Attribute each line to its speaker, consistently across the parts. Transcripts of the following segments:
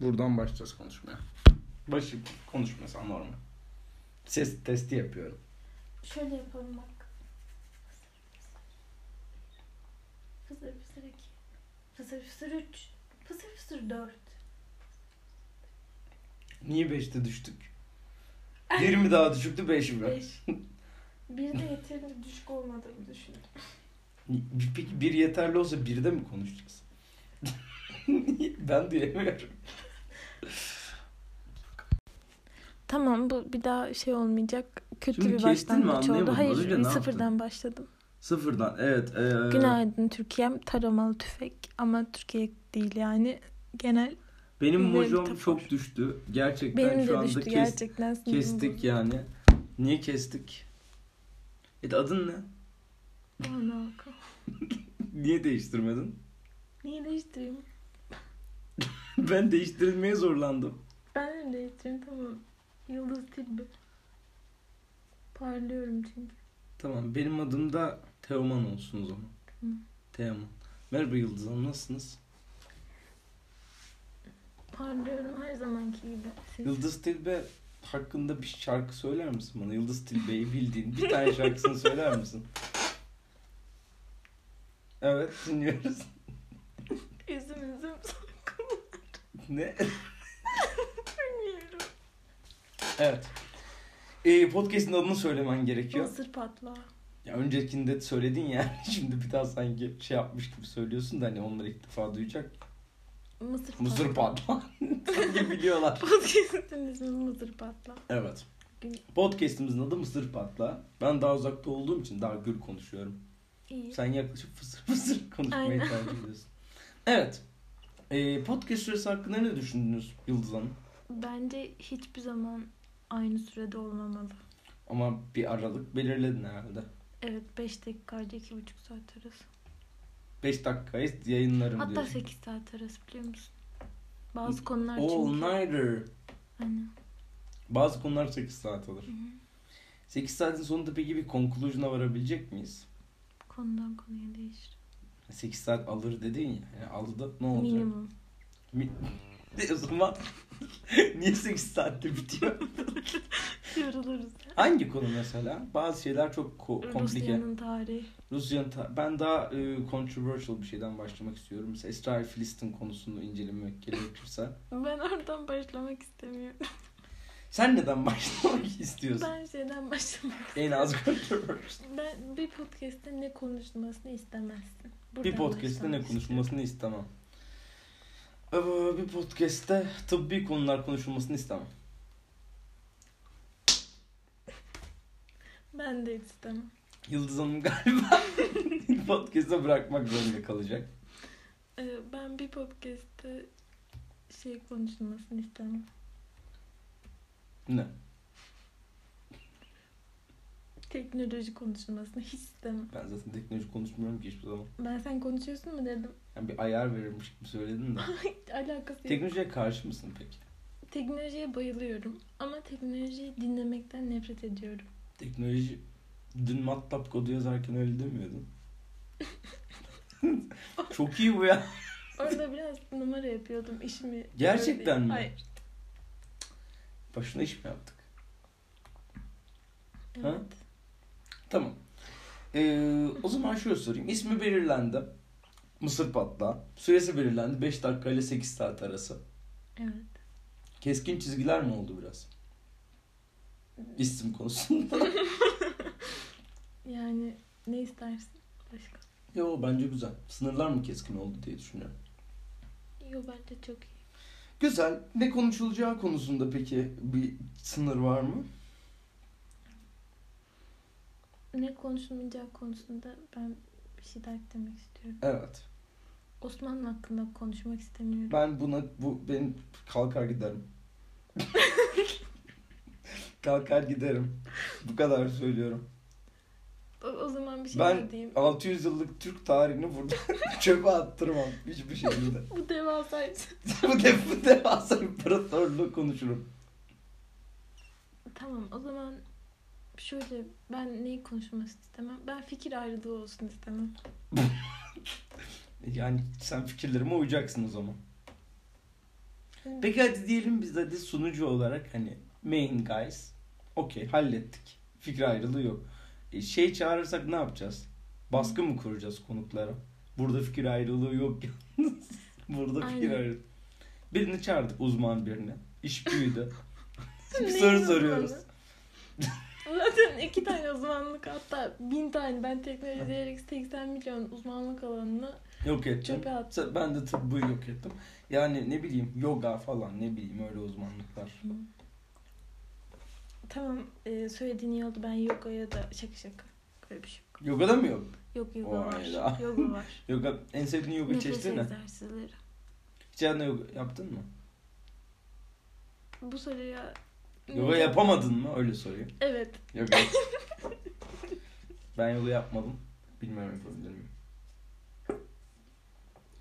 Speaker 1: Buradan başlayacağız konuşmaya. Başı konuşmasa normal. Ses testi yapıyorum.
Speaker 2: Şöyle yapalım bak. Fısır fısır iki. Fısır fısır üç. Fısır fısır dört.
Speaker 1: Niye 5'te düştük? 20 daha düşüktü 5 mi?
Speaker 2: Beş. Bir de yeterince düşük olmadığımı düşündüm.
Speaker 1: Peki bir yeterli olsa 1'de mi konuşacağız? ben duyamıyorum.
Speaker 2: Tamam bu bir daha şey olmayacak. Kötü
Speaker 1: Şimdi
Speaker 2: bir
Speaker 1: kestin mi?
Speaker 2: başlangıç oldu.
Speaker 1: Anlayamadım. Az
Speaker 2: Hayır
Speaker 1: önce
Speaker 2: bir
Speaker 1: ne
Speaker 2: sıfırdan başladım.
Speaker 1: Sıfırdan evet. ee,
Speaker 2: Günaydın Türkiye'm taramalı tüfek ama Türkiye değil yani genel.
Speaker 1: Benim
Speaker 2: Benim
Speaker 1: mojom
Speaker 2: kitap
Speaker 1: çok
Speaker 2: var.
Speaker 1: düştü. Gerçekten
Speaker 2: Benim
Speaker 1: şu
Speaker 2: de
Speaker 1: anda
Speaker 2: düştü
Speaker 1: kes-
Speaker 2: gerçekten. sinirim
Speaker 1: kestik
Speaker 2: bozuldu.
Speaker 1: yani. Niye kestik? E adın ne?
Speaker 2: Ana, kal-
Speaker 1: Niye değiştirmedin?
Speaker 2: Neyi değiştireyim?
Speaker 1: ben değiştirilmeye zorlandım.
Speaker 2: Ben de değiştireyim tamam. Yıldız Tilbe. Parlıyorum çünkü.
Speaker 1: Tamam benim adım da Teoman olsun o zaman.
Speaker 2: Tamam.
Speaker 1: Teoman. Merhaba Yıldız Hanım nasılsınız?
Speaker 2: Parlıyorum her zamanki gibi. Siz-
Speaker 1: Yıldız Tilbe hakkında bir şarkı söyler misin bana? Yıldız Tilbe'yi bildiğin bir tane şarkısını söyler misin? Evet dinliyoruz.
Speaker 2: Üzüm üzüm sakın.
Speaker 1: ne?
Speaker 2: Bilmiyorum.
Speaker 1: Evet. Ee, podcast'in adını söylemen gerekiyor.
Speaker 2: Mısır patlağı.
Speaker 1: Ya öncekinde söyledin ya. Şimdi bir daha sanki şey yapmış gibi söylüyorsun da hani onlar ilk defa duyacak.
Speaker 2: Mısır patlağı.
Speaker 1: Muzur patlağı. sanki biliyorlar.
Speaker 2: Podcast'ın ismi Mısır patlağı.
Speaker 1: Evet.
Speaker 2: Gün-
Speaker 1: Podcast'imizin adı Mısır Patlağı. Ben daha uzakta olduğum için daha gür konuşuyorum.
Speaker 2: İyi.
Speaker 1: Sen yaklaşık fısır fısır konuşmayı
Speaker 2: Aynen.
Speaker 1: tercih ediyorsun. Evet. Ee, podcast süresi hakkında ne düşündünüz Yıldız Hanım?
Speaker 2: Bence hiçbir zaman aynı sürede olmamalı.
Speaker 1: Ama bir aralık belirledin herhalde.
Speaker 2: Evet 5 dakika harca 2,5 saat arası.
Speaker 1: 5 dakika yayınlarım
Speaker 2: Hatta
Speaker 1: diyorsun.
Speaker 2: 8 saat arası biliyor musun? Bazı konular çünkü.
Speaker 1: All nighter.
Speaker 2: Aynen.
Speaker 1: Bazı konular 8 saat alır.
Speaker 2: Hı hı.
Speaker 1: 8 saatin sonunda peki bir conclusion'a varabilecek miyiz?
Speaker 2: Konudan konuya değişir.
Speaker 1: 8 saat alır dedin ya. Yani aldı da ne olacak?
Speaker 2: Minimum.
Speaker 1: Mi- E o zaman niye 8 saatte bitiyor?
Speaker 2: Yoruluruz.
Speaker 1: Hangi konu mesela? Bazı şeyler çok ko- komplike.
Speaker 2: Rusya'nın tarihi.
Speaker 1: Rusya'nın ta- ben daha e, controversial bir şeyden başlamak istiyorum. Mesela İsrail Filistin konusunu incelemek gerekirse.
Speaker 2: Ben oradan başlamak istemiyorum.
Speaker 1: Sen neden başlamak istiyorsun?
Speaker 2: Ben şeyden başlamak
Speaker 1: En az controversial.
Speaker 2: Ben bir podcast'te ne konuşulmasını istemezsin. Buradan
Speaker 1: Bir podcast'te ne
Speaker 2: başlamak istiyorum.
Speaker 1: konuşulmasını istemem. Ee, Bir podcast'te tıbbi konular konuşulmasını istemem.
Speaker 2: Ben de istemem.
Speaker 1: Yıldız Hanım galiba podcast'ı bırakmak zorunda kalacak.
Speaker 2: Ee, ben bir podcast'te şey konuşulmasını istemem.
Speaker 1: Ne?
Speaker 2: Teknoloji konuşulmasını hiç istemem.
Speaker 1: Ben zaten teknoloji konuşmuyorum ki hiçbir zaman.
Speaker 2: Ben sen konuşuyorsun mu dedim.
Speaker 1: Yani bir ayar verirmiş gibi söyledin de.
Speaker 2: Hiç alakası yok.
Speaker 1: Teknolojiye karşı mısın peki?
Speaker 2: Teknolojiye bayılıyorum ama teknolojiyi dinlemekten nefret ediyorum.
Speaker 1: Teknoloji... Dün MATLAB kodu yazarken öyle demiyordun. Çok iyi bu ya.
Speaker 2: Orada biraz numara yapıyordum işimi.
Speaker 1: Gerçekten mi?
Speaker 2: Hayır.
Speaker 1: Başına iş mi yaptık?
Speaker 2: Evet.
Speaker 1: Ha? Tamam. Ee, o zaman şöyle sorayım. İsmi belirlendi. Mısır patlağı. Süresi belirlendi. 5 dakika ile 8 saat arası.
Speaker 2: Evet.
Speaker 1: Keskin çizgiler mi oldu biraz? İsim konusunda.
Speaker 2: Yani ne istersin başka?
Speaker 1: Yo bence güzel. Sınırlar mı keskin oldu diye düşünüyorum.
Speaker 2: Yo bence çok iyi.
Speaker 1: Güzel. Ne konuşulacağı konusunda peki bir sınır var mı?
Speaker 2: Ne konuşulmayacak konusunda ben bir şey daha eklemek istiyorum.
Speaker 1: Evet.
Speaker 2: Osmanlı hakkında konuşmak istemiyorum.
Speaker 1: Ben buna bu ben kalkar giderim. kalkar giderim. Bu kadar söylüyorum.
Speaker 2: O, o zaman bir şey
Speaker 1: Ben-
Speaker 2: daha diyeyim.
Speaker 1: 600 yıllık Türk tarihini burada çöpe attırmam hiçbir şekilde.
Speaker 2: Bu devasa
Speaker 1: bu de bu devasa imparatorluğu konuşurum.
Speaker 2: Tamam o zaman şöyle ben neyi konuşulmasını istemem? Ben fikir ayrılığı olsun istemem.
Speaker 1: Yani sen fikirlerime uyacaksın o zaman. Peki hadi diyelim biz hadi sunucu olarak hani main guys. Okey hallettik. Fikri ayrılığı yok. E, şey çağırırsak ne yapacağız? Baskı mı kuracağız konuklara? Burada fikir ayrılığı yok yalnız. Burada fikir
Speaker 2: Aynen.
Speaker 1: ayrılığı. Birini çağırdık uzman birini. İş büyüdü. bir
Speaker 2: Neyin
Speaker 1: soru
Speaker 2: uzmanı?
Speaker 1: soruyoruz.
Speaker 2: Zaten iki tane uzmanlık hatta bin tane ben teknoloji diyerek 80 milyon uzmanlık alanını
Speaker 1: Yok ettim.
Speaker 2: Çöpe attım.
Speaker 1: Sa- Ben de tıbbı yok ettim. Yani ne bileyim yoga falan ne bileyim öyle uzmanlıklar.
Speaker 2: tamam e, söylediğin iyi oldu ben yogaya da şaka şaka böyle bir şey yok.
Speaker 1: Yoga da mı yok?
Speaker 2: Yok yoga
Speaker 1: Vay
Speaker 2: var.
Speaker 1: la.
Speaker 2: Yoga var.
Speaker 1: Yoga en sevdiğin yoga
Speaker 2: Nefes
Speaker 1: çeşidi ne?
Speaker 2: egzersizleri.
Speaker 1: Hiç hayatında yoga yaptın mı?
Speaker 2: Bu soruya
Speaker 1: Yoga
Speaker 2: Hmm.
Speaker 1: yapamadın mı? Öyle sorayım.
Speaker 2: Evet.
Speaker 1: Yoga. ben yoga yapmadım. Bilmem yapabilir miyim.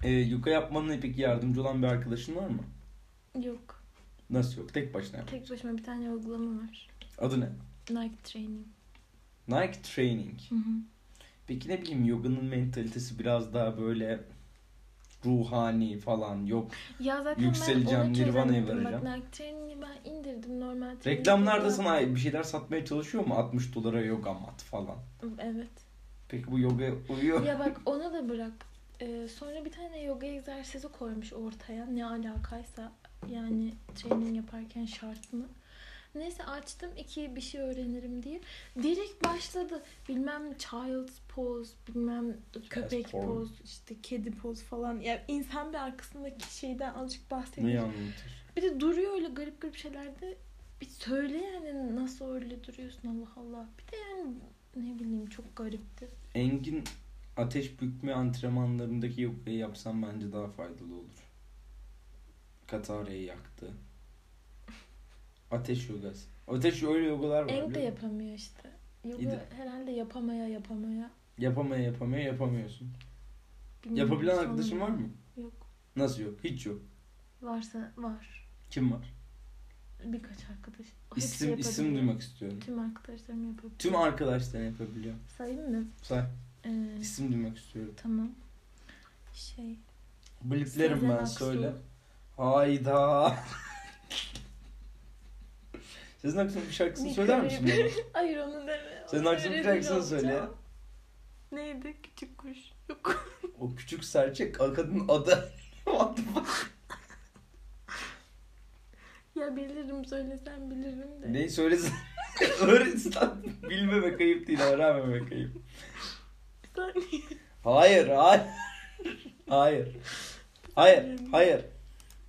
Speaker 1: Ee, yoga yapmanın peki yardımcı olan bir arkadaşın var mı?
Speaker 2: Yok.
Speaker 1: Nasıl yok? Tek başına yap.
Speaker 2: Tek başıma bir tane uygulama var.
Speaker 1: Adı ne?
Speaker 2: Nike Training.
Speaker 1: Nike Training.
Speaker 2: Hı hı.
Speaker 1: Peki ne bileyim yoganın mentalitesi biraz daha böyle ruhani falan yok.
Speaker 2: Ya zaten
Speaker 1: Yükseleceğim,
Speaker 2: ben onu
Speaker 1: nirvana'ya
Speaker 2: çözemedim. Bak,
Speaker 1: varacağım.
Speaker 2: Nike Training'i ben indirdim normal. Training'i
Speaker 1: Reklamlarda
Speaker 2: de-
Speaker 1: sana bir şeyler satmaya çalışıyor mu? 60 dolara yoga mat falan.
Speaker 2: Evet.
Speaker 1: Peki bu yoga uyuyor.
Speaker 2: Ya bak ona da bırak. Ee, sonra bir tane yoga egzersizi koymuş ortaya. Ne alakaysa yani training yaparken şart mı? Neyse açtım iki bir şey öğrenirim diye. Direkt başladı. Bilmem child pose, bilmem köpek
Speaker 1: porn.
Speaker 2: pose, işte kedi pose falan. Ya insan bir arkasındaki şeyden azıcık bahsediyor.
Speaker 1: Neyi anlatır?
Speaker 2: Bir de duruyor öyle garip garip şeylerde. Bir söyle yani nasıl öyle duruyorsun Allah Allah. Bir de yani ne bileyim çok garipti.
Speaker 1: Engin ateş bükme antrenmanlarındaki yogayı yapsam bence daha faydalı olur. Katare'yi yaktı. Ateş yogası. Ateş öyle yogalar var.
Speaker 2: Eng de
Speaker 1: biliyor musun?
Speaker 2: yapamıyor işte. Yoga
Speaker 1: İyi de-
Speaker 2: herhalde yapamaya yapamaya.
Speaker 1: Yapamaya yapamaya yapamıyorsun.
Speaker 2: Bilmiyorum,
Speaker 1: Yapabilen
Speaker 2: sanırım.
Speaker 1: arkadaşın var mı?
Speaker 2: Yok.
Speaker 1: Nasıl yok? Hiç yok.
Speaker 2: Varsa var.
Speaker 1: Kim var?
Speaker 2: Birkaç arkadaş. Hepsi
Speaker 1: İsim isim
Speaker 2: yapabiliyor.
Speaker 1: duymak istiyorum.
Speaker 2: Tüm arkadaşlarım yapabiliyor.
Speaker 1: Tüm arkadaşların yapabiliyor.
Speaker 2: Sayayım mı?
Speaker 1: Say.
Speaker 2: Ee,
Speaker 1: İsim duymak istiyorum.
Speaker 2: tamam. Şey.
Speaker 1: Bliplerim
Speaker 2: Sezen
Speaker 1: ben
Speaker 2: Aksu.
Speaker 1: söyle. Hayda. Sezen Aksu'nun bir şarkısını
Speaker 2: Bir
Speaker 1: söyler
Speaker 2: kere-
Speaker 1: misin bana?
Speaker 2: Hayır onu deme.
Speaker 1: Sezen
Speaker 2: Onu
Speaker 1: Aksu'nun bir
Speaker 2: rezil
Speaker 1: şarkısını söyle ya.
Speaker 2: olacağım. Neydi? Küçük kuş. Yok.
Speaker 1: O küçük serçek kadının adı. What the fuck?
Speaker 2: ya bilirim söylesem bilirim de.
Speaker 1: Neyi söylesin? Öğretsen bilmemek ayıp değil, öğrenmemek ayıp.
Speaker 2: Bir saniye.
Speaker 1: Hayır, hayır. Hayır. Hayır, hayır.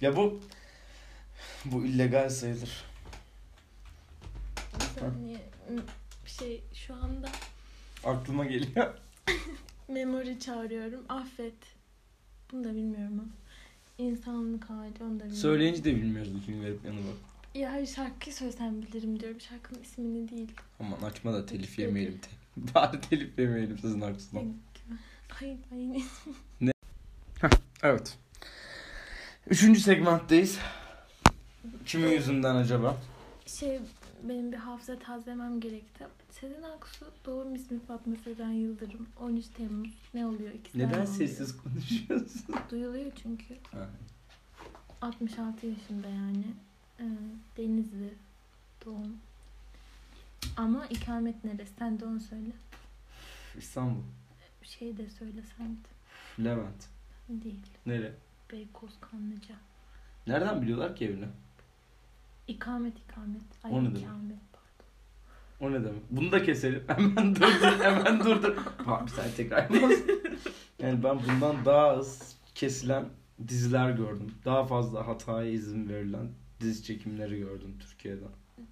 Speaker 1: Ya bu bu illegal sayılır.
Speaker 2: Bir saniye. Şey şu anda
Speaker 1: Aklıma geliyor.
Speaker 2: Memory çağırıyorum. Affet. Bunu da bilmiyorum ha. İnsanlık hali onu da bilmiyorum.
Speaker 1: Söyleyince de bilmiyoruz bütün garip yanı bak.
Speaker 2: Ya hayır şarkıyı söylesem bilirim diyorum. Şarkının ismini değil.
Speaker 1: Aman açma da telif
Speaker 2: Peki.
Speaker 1: yemeyelim. Te. Bari telif yemeyelim sizin arkasından.
Speaker 2: Hayır hayır.
Speaker 1: Evet. Üçüncü segmentteyiz. Kimin yüzünden acaba?
Speaker 2: Şey benim bir hafıza tazelemem gerekti. Sezen Aksu doğum ismi Fatma Sezen Yıldırım. 13 Temmuz. Ne oluyor? İkisi
Speaker 1: Neden
Speaker 2: aynı
Speaker 1: sessiz konuşuyorsun?
Speaker 2: oluyor. Duyuluyor çünkü. 66 yaşında yani. Ee, Denizli doğum. Ama ikamet neresi? Sen de onu söyle.
Speaker 1: İstanbul.
Speaker 2: Şey de söylesem de.
Speaker 1: Levent.
Speaker 2: Değil.
Speaker 1: Nere?
Speaker 2: Beykoz Kanlıca.
Speaker 1: Nereden biliyorlar ki evini?
Speaker 2: İkamet ikamet. Ay,
Speaker 1: O ne demek?
Speaker 2: ikamet.
Speaker 1: O ne demek? Bunu da keselim. Hemen durdur. Hemen durdur. Bak bir saniye tekrar. yani ben bundan daha az kesilen diziler gördüm. Daha fazla hataya izin verilen dizi çekimleri gördüm Türkiye'den.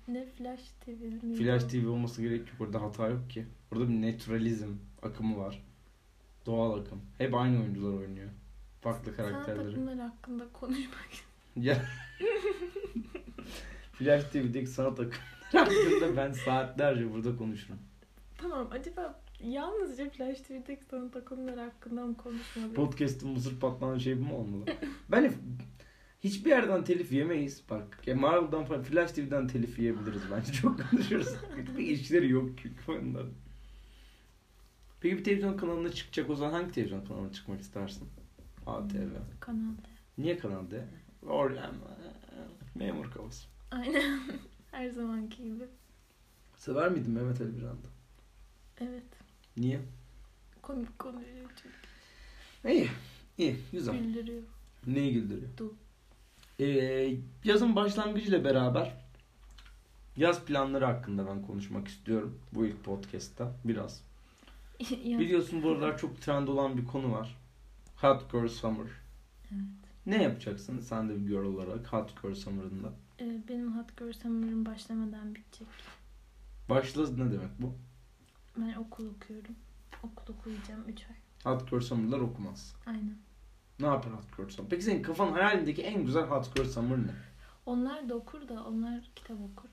Speaker 2: Ne Flash TV mi?
Speaker 1: Flash TV olması gerek yok. Orada hata yok ki. Orada bir naturalizm akımı var. Doğal akım. Hep aynı oyuncular oynuyor. Farklı
Speaker 2: Sana
Speaker 1: karakterleri.
Speaker 2: takımlar hakkında konuşmak
Speaker 1: Ya. Flash TV'deki sanat akımları hakkında ben saatlerce burada konuşurum.
Speaker 2: Tamam acaba yalnızca Flash TV'deki sana takımlar hakkında mı konuşmalıyız?
Speaker 1: Podcast'ın mısır patlanan şey bu mu olmalı? Ben hiçbir yerden telif yemeyiz. Bak ya Marvel'dan falan Flash TV'den telif yiyebiliriz bence. Çok konuşuruz. Hiçbir işleri yok çünkü onların. Peki bir televizyon kanalına çıkacak o zaman hangi televizyon
Speaker 2: Hmm,
Speaker 1: kanalına çıkmak istersin? ATV.
Speaker 2: Kanalda.
Speaker 1: Niye Kanal D? Or-
Speaker 2: Aynen. Her zamanki gibi.
Speaker 1: Sever miydin Mehmet Ali Birand'ı?
Speaker 2: Evet.
Speaker 1: Niye?
Speaker 2: Komik konuşuyor çünkü.
Speaker 1: İyi. İyi. Güzel.
Speaker 2: Güldürüyor.
Speaker 1: Neyi güldürüyor?
Speaker 2: Du.
Speaker 1: Ee, yazın başlangıcıyla beraber yaz planları hakkında ben konuşmak istiyorum bu ilk podcast'ta biraz.
Speaker 2: Ya,
Speaker 1: Biliyorsun bu aralar çok trend olan bir konu var. Hot Girl Summer.
Speaker 2: Evet.
Speaker 1: Ne yapacaksın sen de bir girl olarak Hot Girl Summer'ında?
Speaker 2: e, benim hat görsem ömrüm başlamadan bitecek.
Speaker 1: Başla ne demek bu?
Speaker 2: Ben okul okuyorum. Okul okuyacağım 3 ay.
Speaker 1: Hot Girl Summer'lar okumaz.
Speaker 2: Aynen.
Speaker 1: Ne yapar Hot Girl Summer? Peki senin kafan hayalindeki en güzel Hot Girl Summer ne?
Speaker 2: Onlar da okur da onlar kitap okur.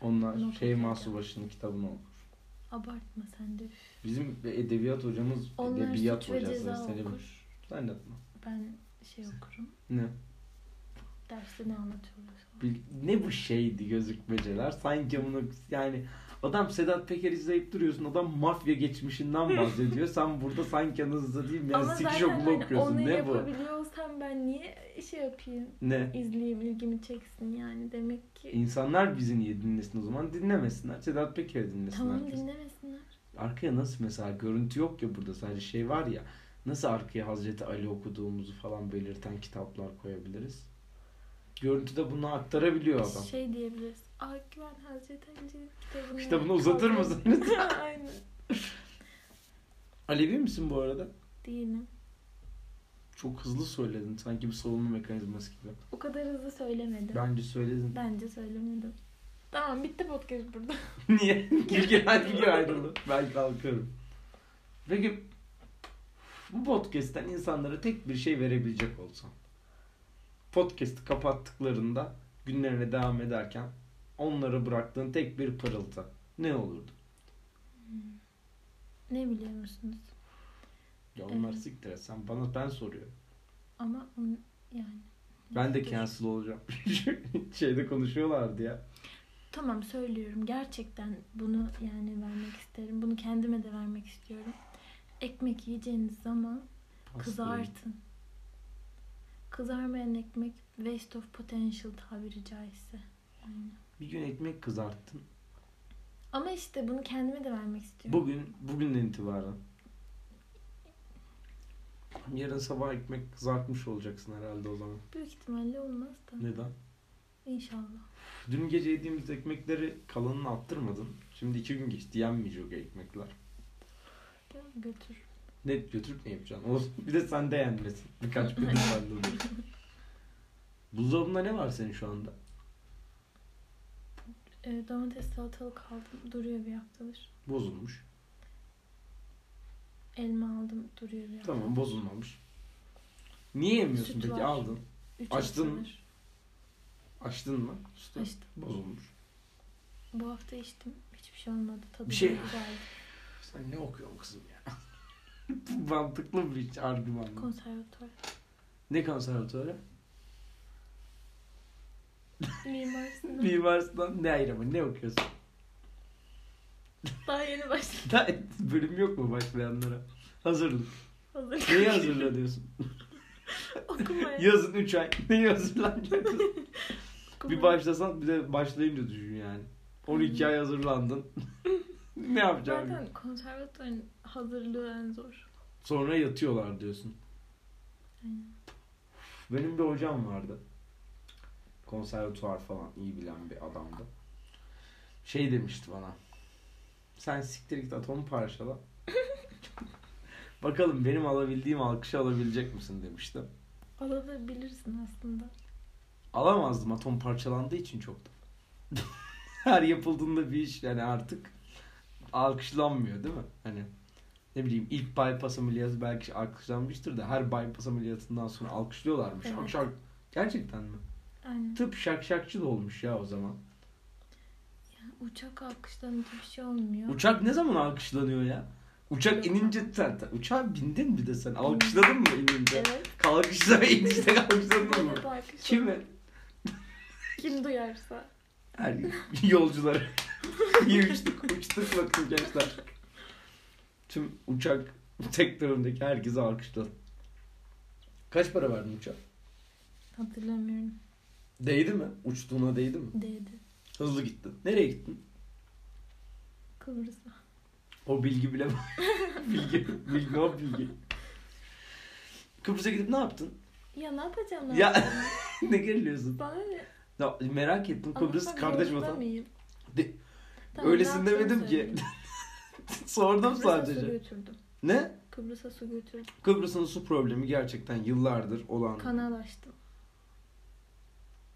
Speaker 1: Onlar
Speaker 2: Not
Speaker 1: şey
Speaker 2: okuyacağım.
Speaker 1: Subaşı'nın kitabını okur.
Speaker 2: Abartma sen de. üf.
Speaker 1: Bizim edebiyat hocamız
Speaker 2: Onlar
Speaker 1: edebiyat
Speaker 2: suç ve
Speaker 1: hocası.
Speaker 2: ceza
Speaker 1: seni-
Speaker 2: okur.
Speaker 1: Zannetme.
Speaker 2: Ben şey okurum.
Speaker 1: Ne?
Speaker 2: Derste ne anlatıyorlar.
Speaker 1: Bil- ne bu şeydi gözükmeceler? Sanki bunu yani adam Sedat Peker izleyip duruyorsun. Adam mafya geçmişinden bahsediyor. Sen burada sanki anasını değil yani
Speaker 2: Ama
Speaker 1: sikiş
Speaker 2: zaten
Speaker 1: okulu
Speaker 2: hani
Speaker 1: okuyorsun.
Speaker 2: onu
Speaker 1: Ne bu?
Speaker 2: yapabiliyor olsam ben niye şey yapayım?
Speaker 1: Ne?
Speaker 2: İzleyeyim ilgimi çeksin yani. Demek ki
Speaker 1: İnsanlar bizi niye dinlesin o zaman? Dinlemesinler. Sedat Peker dinlesin
Speaker 2: tamam
Speaker 1: herkes.
Speaker 2: dinlemesinler.
Speaker 1: Arkaya nasıl mesela görüntü yok ya burada sadece şey var ya. Nasıl arkaya Hazreti Ali okuduğumuzu falan belirten kitaplar koyabiliriz? Görüntüde bunu aktarabiliyor adam.
Speaker 2: Şey diyebiliriz. Ah Güven Hazreti Ali'nin kitabını.
Speaker 1: Kitabını uzatır mısınız?
Speaker 2: Aynen.
Speaker 1: Alevi misin bu arada?
Speaker 2: Değilim.
Speaker 1: Çok hızlı söyledin. Sanki bir savunma mekanizması gibi.
Speaker 2: O kadar hızlı söylemedim.
Speaker 1: Bence söyledin.
Speaker 2: Bence söylemedim. Tamam bitti podcast burada.
Speaker 1: Niye? Gülgün hadi Gülgün ayrıldı. Ben kalkıyorum. Peki bu podcast'ten insanlara tek bir şey verebilecek olsan. Podcast'ı kapattıklarında günlerine devam ederken onlara bıraktığın tek bir pırıltı ne olurdu?
Speaker 2: Ne biliyor musunuz?
Speaker 1: Ya onlar
Speaker 2: Evet.
Speaker 1: siktir et. Sen bana ben soruyorum.
Speaker 2: Ama onun- yani.
Speaker 1: Ben de
Speaker 2: Dur.
Speaker 1: cancel olacağım. Şeyde konuşuyorlardı ya.
Speaker 2: Tamam söylüyorum. Gerçekten bunu yani vermek isterim. Bunu kendime de vermek istiyorum. Ekmek yiyeceğiniz zaman kızartın. Kızarmayan ekmek waste of potential tabiri caizse. Aynen.
Speaker 1: Bir gün ekmek kızarttım.
Speaker 2: Ama işte bunu kendime de vermek istiyorum.
Speaker 1: Bugün, bugünden itibaren. Yarın sabah ekmek kızartmış olacaksın herhalde o zaman.
Speaker 2: Büyük ihtimalle olmaz da.
Speaker 1: Neden?
Speaker 2: İnşallah.
Speaker 1: Dün gece yediğimiz ekmekleri kalanını attırmadın. Şimdi iki gün geçti yenmeyecek o ekmekler.
Speaker 2: Ya, Götür.
Speaker 1: Net götürüp ne yapacaksın? Olsun. Bir de sen de yenmesin. Birkaç gün sende olur. Buzdolabında ne var senin şu anda?
Speaker 2: Ee, domates salatalık aldım. Duruyor bir haftadır.
Speaker 1: Bozulmuş.
Speaker 2: Elma aldım. Duruyor bir haftadır.
Speaker 1: Tamam bozulmamış. Niye yemiyorsun
Speaker 2: Süt
Speaker 1: peki?
Speaker 2: var.
Speaker 1: Aldın.
Speaker 2: Üç
Speaker 1: Açtın mı?
Speaker 2: haftadır.
Speaker 1: Açtın mı? Sütü.
Speaker 2: Açtım.
Speaker 1: Bozulmuş.
Speaker 2: Bu hafta içtim. Hiçbir şey olmadı. Tadı
Speaker 1: Bir şey-
Speaker 2: da güzeldi.
Speaker 1: Sen ne okuyorsun kızım ya? Bu Mantıklı bir argüman.
Speaker 2: Konservatuvar.
Speaker 1: Ne konservatuarı?
Speaker 2: Mimar Sinan.
Speaker 1: Mimar Sinan ne ayrımı ne okuyorsun?
Speaker 2: Daha yeni başladı.
Speaker 1: Daha bölüm yok mu başlayanlara? Hazırlık.
Speaker 2: Hazır.
Speaker 1: Neyi hazırla diyorsun?
Speaker 2: Okumaya.
Speaker 1: Yazın 3 ay. Neyi hazırlanacaksın?
Speaker 2: okumaya.
Speaker 1: bir başlasan bir de başlayınca düşün yani. 12 ay hazırlandın. ne yapacaksın?
Speaker 2: Zaten konservatuvarın hazırlığı en zor.
Speaker 1: Sonra yatıyorlar diyorsun.
Speaker 2: Aynen.
Speaker 1: Benim bir hocam vardı. Konservatuvar falan iyi bilen bir adamdı. Şey demişti bana. Sen siktir git atomu parçala. Bakalım benim alabildiğim alkışı alabilecek misin demişti.
Speaker 2: Alabilirsin aslında.
Speaker 1: Alamazdım atom parçalandığı için çoktan. Her yapıldığında bir iş yani artık alkışlanmıyor değil mi? Hani ne bileyim ilk bypass ameliyatı belki alkışlanmıştır da her bypass ameliyatından sonra alkışlıyorlarmış.
Speaker 2: Evet.
Speaker 1: Şak şak. Gerçekten mi?
Speaker 2: Aynen.
Speaker 1: Tıp şak şakçı da olmuş ya o zaman.
Speaker 2: Uçak alkışlanınca bir şey olmuyor.
Speaker 1: Uçak ne zaman alkışlanıyor ya? Uçak inince sen, sen- uçağa bindin mi de sen alkışladın mı inince?
Speaker 2: Evet.
Speaker 1: Kalkışta ve inişte kalkışladın mı?
Speaker 2: Böyle de alkışlanıyor.
Speaker 1: Kimi?
Speaker 2: Kim duyarsa.
Speaker 1: Her yolcular. İyi uçtuk, uçtuk bakın gençler. Tüm uçak sektöründeki herkese alkışladı. Kaç para verdin uçak?
Speaker 2: Hatırlamıyorum.
Speaker 1: Değdi mi? Uçtuğuna değdi mi?
Speaker 2: Dedi.
Speaker 1: Hızlı gittin. Nereye gittin?
Speaker 2: Kıbrıs'a.
Speaker 1: O bilgi bile var. bilgi, bilgi o bilgi. Kıbrıs'a gidip ne yaptın?
Speaker 2: Ya ne yapacağım ben?
Speaker 1: Ya. ne geriliyorsun?
Speaker 2: Bana ne?
Speaker 1: Ya, merak ettim Kıbrıs
Speaker 2: Anlatmak
Speaker 1: kardeş
Speaker 2: zorunda
Speaker 1: vatan.
Speaker 2: mıyım?
Speaker 1: De-
Speaker 2: Tamam,
Speaker 1: Öylesin
Speaker 2: ne yaptığımı
Speaker 1: demedim ki.
Speaker 2: söyleyeyim.
Speaker 1: Sordum
Speaker 2: Kıbrıs'a su
Speaker 1: sadece.
Speaker 2: götürdüm.
Speaker 1: Ne?
Speaker 2: Kıbrıs'a su götürdüm.
Speaker 1: Kıbrıs'ın su problemi gerçekten yıllardır olan.
Speaker 2: Kanal açtım.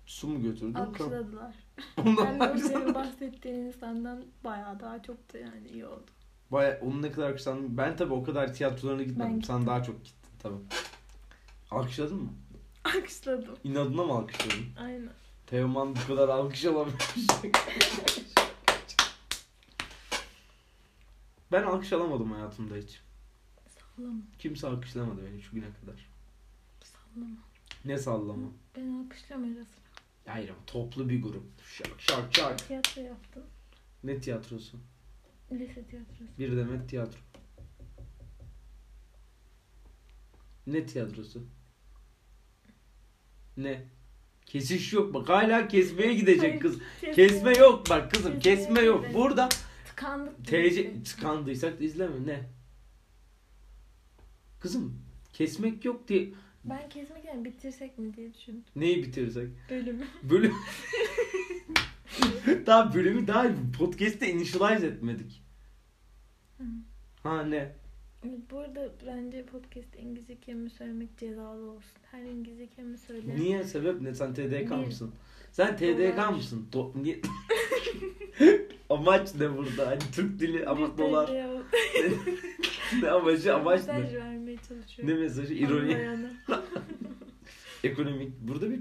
Speaker 1: su mu götürdün? Kan-
Speaker 2: Alkışladılar.
Speaker 1: Ondan
Speaker 2: Ben de o
Speaker 1: baksana.
Speaker 2: senin bahsettiğin insandan bayağı daha çok da yani iyi oldu.
Speaker 1: Baya onun ne kadar alkışlandın. Ben tabii o kadar tiyatrolarına gitmedim.
Speaker 2: Ben
Speaker 1: Sen daha çok gittin tabii. Alkışladın mı?
Speaker 2: Alkışladım.
Speaker 1: İnadına mı alkışladın?
Speaker 2: Aynen.
Speaker 1: Teoman bu kadar alkış alamamış. ben alkış alamadım hayatımda hiç.
Speaker 2: Sallama.
Speaker 1: Kimse alkışlamadı beni şu güne kadar.
Speaker 2: Sallama.
Speaker 1: Ne sallama.
Speaker 2: Ben alkışlamıyorum.
Speaker 1: Hayır ama toplu bir grup. Şak şak şak.
Speaker 2: Tiyatro yaptım.
Speaker 1: Ne tiyatrosu?
Speaker 2: Lise tiyatrosu.
Speaker 1: Bir demet tiyatro. Ne tiyatrosu? Ne? Kesiş yok bak hala kesmeye gidecek
Speaker 2: Hayır,
Speaker 1: kız.
Speaker 2: Kesme,
Speaker 1: Kesme yok bak kızım
Speaker 2: Kesmeye
Speaker 1: kesme yok.
Speaker 2: gidelim.
Speaker 1: Burada
Speaker 2: Tıkandık. şey.
Speaker 1: TC tıkandıysak da izleme ne? Kızım kesmek yok diye
Speaker 2: Ben kesmek yani bitirsek mi diye düşündüm.
Speaker 1: neyi bitirirsek?
Speaker 2: Bölümü.
Speaker 1: Bölüm daha bölümü daha podcast'te initialize etmedik.
Speaker 2: Hı.
Speaker 1: Ha ne?
Speaker 2: Evet, Bu arada bence podcast İngilizce kelime söylemek cezalı olsun. Her İngilizce kelime söyleyen
Speaker 1: Niye? Sebep ne? Sen TDK
Speaker 2: Bir-
Speaker 1: mısın? Sen TDK
Speaker 2: Dolar.
Speaker 1: mısın? Do- niye? amaç ne burada? Hani Türk dili ama
Speaker 2: bir
Speaker 1: dolar.
Speaker 2: TL
Speaker 1: ne amacı? Amaç
Speaker 2: mesaj
Speaker 1: ne?
Speaker 2: vermeye çalışıyor.
Speaker 1: Ne mesajı? İroni.
Speaker 2: Anlayana.
Speaker 1: Ekonomik. Burada bir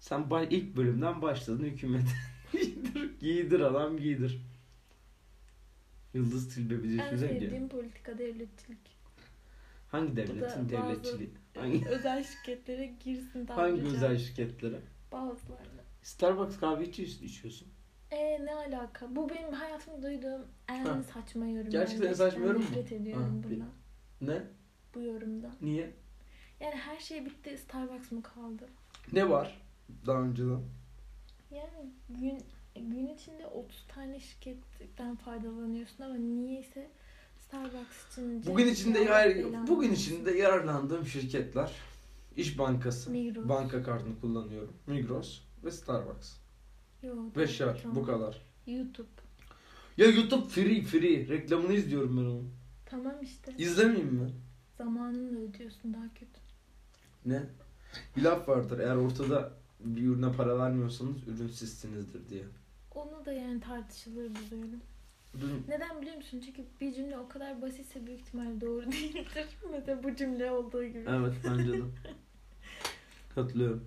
Speaker 1: sen ba- ilk bölümden başladın hükümet. giydir, giydir adam giydir. Yıldız Tilbe bizi
Speaker 2: En
Speaker 1: düşünsene ki.
Speaker 2: sevdiğim politika devletçilik.
Speaker 1: Hangi
Speaker 2: bazı- e,
Speaker 1: devletin devletçiliği? Hangi,
Speaker 2: özel şirketlere girsin daha
Speaker 1: hangi özel şirketlere?
Speaker 2: Bazılarına.
Speaker 1: Starbucks kahve içi- içiyorsun.
Speaker 2: E ne alaka? Bu benim hayatımda duyduğum en
Speaker 1: Ha.
Speaker 2: saçma yorum.
Speaker 1: Gerçekten
Speaker 2: bence.
Speaker 1: saçma
Speaker 2: Ben
Speaker 1: yorum mu?
Speaker 2: Nefret ediyorum
Speaker 1: Ha, bir-
Speaker 2: bundan.
Speaker 1: Ne?
Speaker 2: Bu yorumdan.
Speaker 1: Niye?
Speaker 2: Yani her şey bitti. Starbucks mı kaldı?
Speaker 1: Ne var? Daha önceden.
Speaker 2: Yani gün gün içinde 30 tane şirketten faydalanıyorsun ama niyeyse Starbucks için
Speaker 1: Bugün
Speaker 2: cennet
Speaker 1: içinde
Speaker 2: ya
Speaker 1: yar,
Speaker 2: belanı
Speaker 1: bugün
Speaker 2: versin.
Speaker 1: içinde yararlandığım şirketler İş Bankası,
Speaker 2: Migros.
Speaker 1: banka kartını kullanıyorum. Migros ve Starbucks.
Speaker 2: Yo,
Speaker 1: Ve
Speaker 2: tabii,
Speaker 1: şar
Speaker 2: tamam.
Speaker 1: bu kadar.
Speaker 2: YouTube.
Speaker 1: Ya YouTube free free reklamını izliyorum ben onun.
Speaker 2: Tamam işte.
Speaker 1: İzlemeyeyim mi?
Speaker 2: Zamanını da ödüyorsun daha kötü.
Speaker 1: Ne? Bir laf vardır eğer ortada bir ürüne para vermiyorsanız ürün sizsinizdir diye.
Speaker 2: Onu da yani tartışılır buluyorum.
Speaker 1: Dün
Speaker 2: Neden biliyor musun? Çünkü bir cümle o kadar basitse büyük ihtimal doğru değildir. Mesela bu cümle olduğu gibi.
Speaker 1: Evet bence de. Katılıyorum.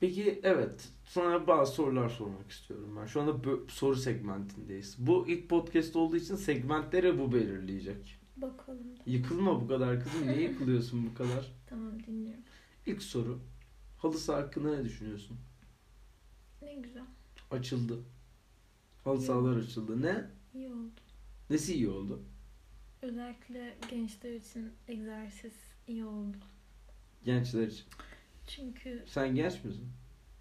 Speaker 1: Peki evet sana bazı sorular sormak istiyorum ben. Şu anda bö- soru segmentindeyiz. Bu ilk podcast olduğu için segmentleri bu belirleyecek.
Speaker 2: Bakalım. Da.
Speaker 1: Yıkılma bu kadar kızım. Niye yıkılıyorsun bu kadar?
Speaker 2: Tamam dinliyorum.
Speaker 1: İlk soru. Halı saha hakkında ne düşünüyorsun?
Speaker 2: Ne güzel.
Speaker 1: Açıldı. Halı sahalar açıldı. Ne?
Speaker 2: İyi oldu.
Speaker 1: Nesi iyi oldu?
Speaker 2: Özellikle gençler için egzersiz iyi oldu.
Speaker 1: Gençler için.
Speaker 2: Çünkü
Speaker 1: Sen genç misin?